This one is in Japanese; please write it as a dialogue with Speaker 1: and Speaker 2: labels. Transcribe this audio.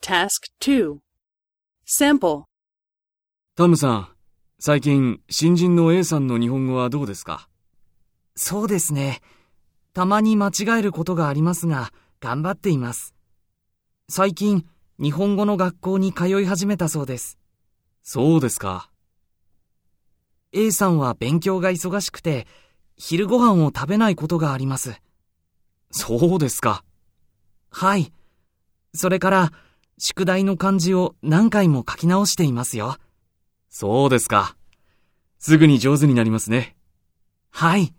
Speaker 1: Task 2 Sample
Speaker 2: タムさん、最近、新人の A さんの日本語はどうですか
Speaker 3: そうですね。たまに間違えることがありますが、頑張っています。最近、日本語の学校に通い始めたそうです。
Speaker 2: そうですか。
Speaker 3: A さんは勉強が忙しくて、昼ご飯を食べないことがあります。
Speaker 2: そうですか。
Speaker 3: はい。それから、宿題の漢字を何回も書き直していますよ。
Speaker 2: そうですか。すぐに上手になりますね。
Speaker 3: はい。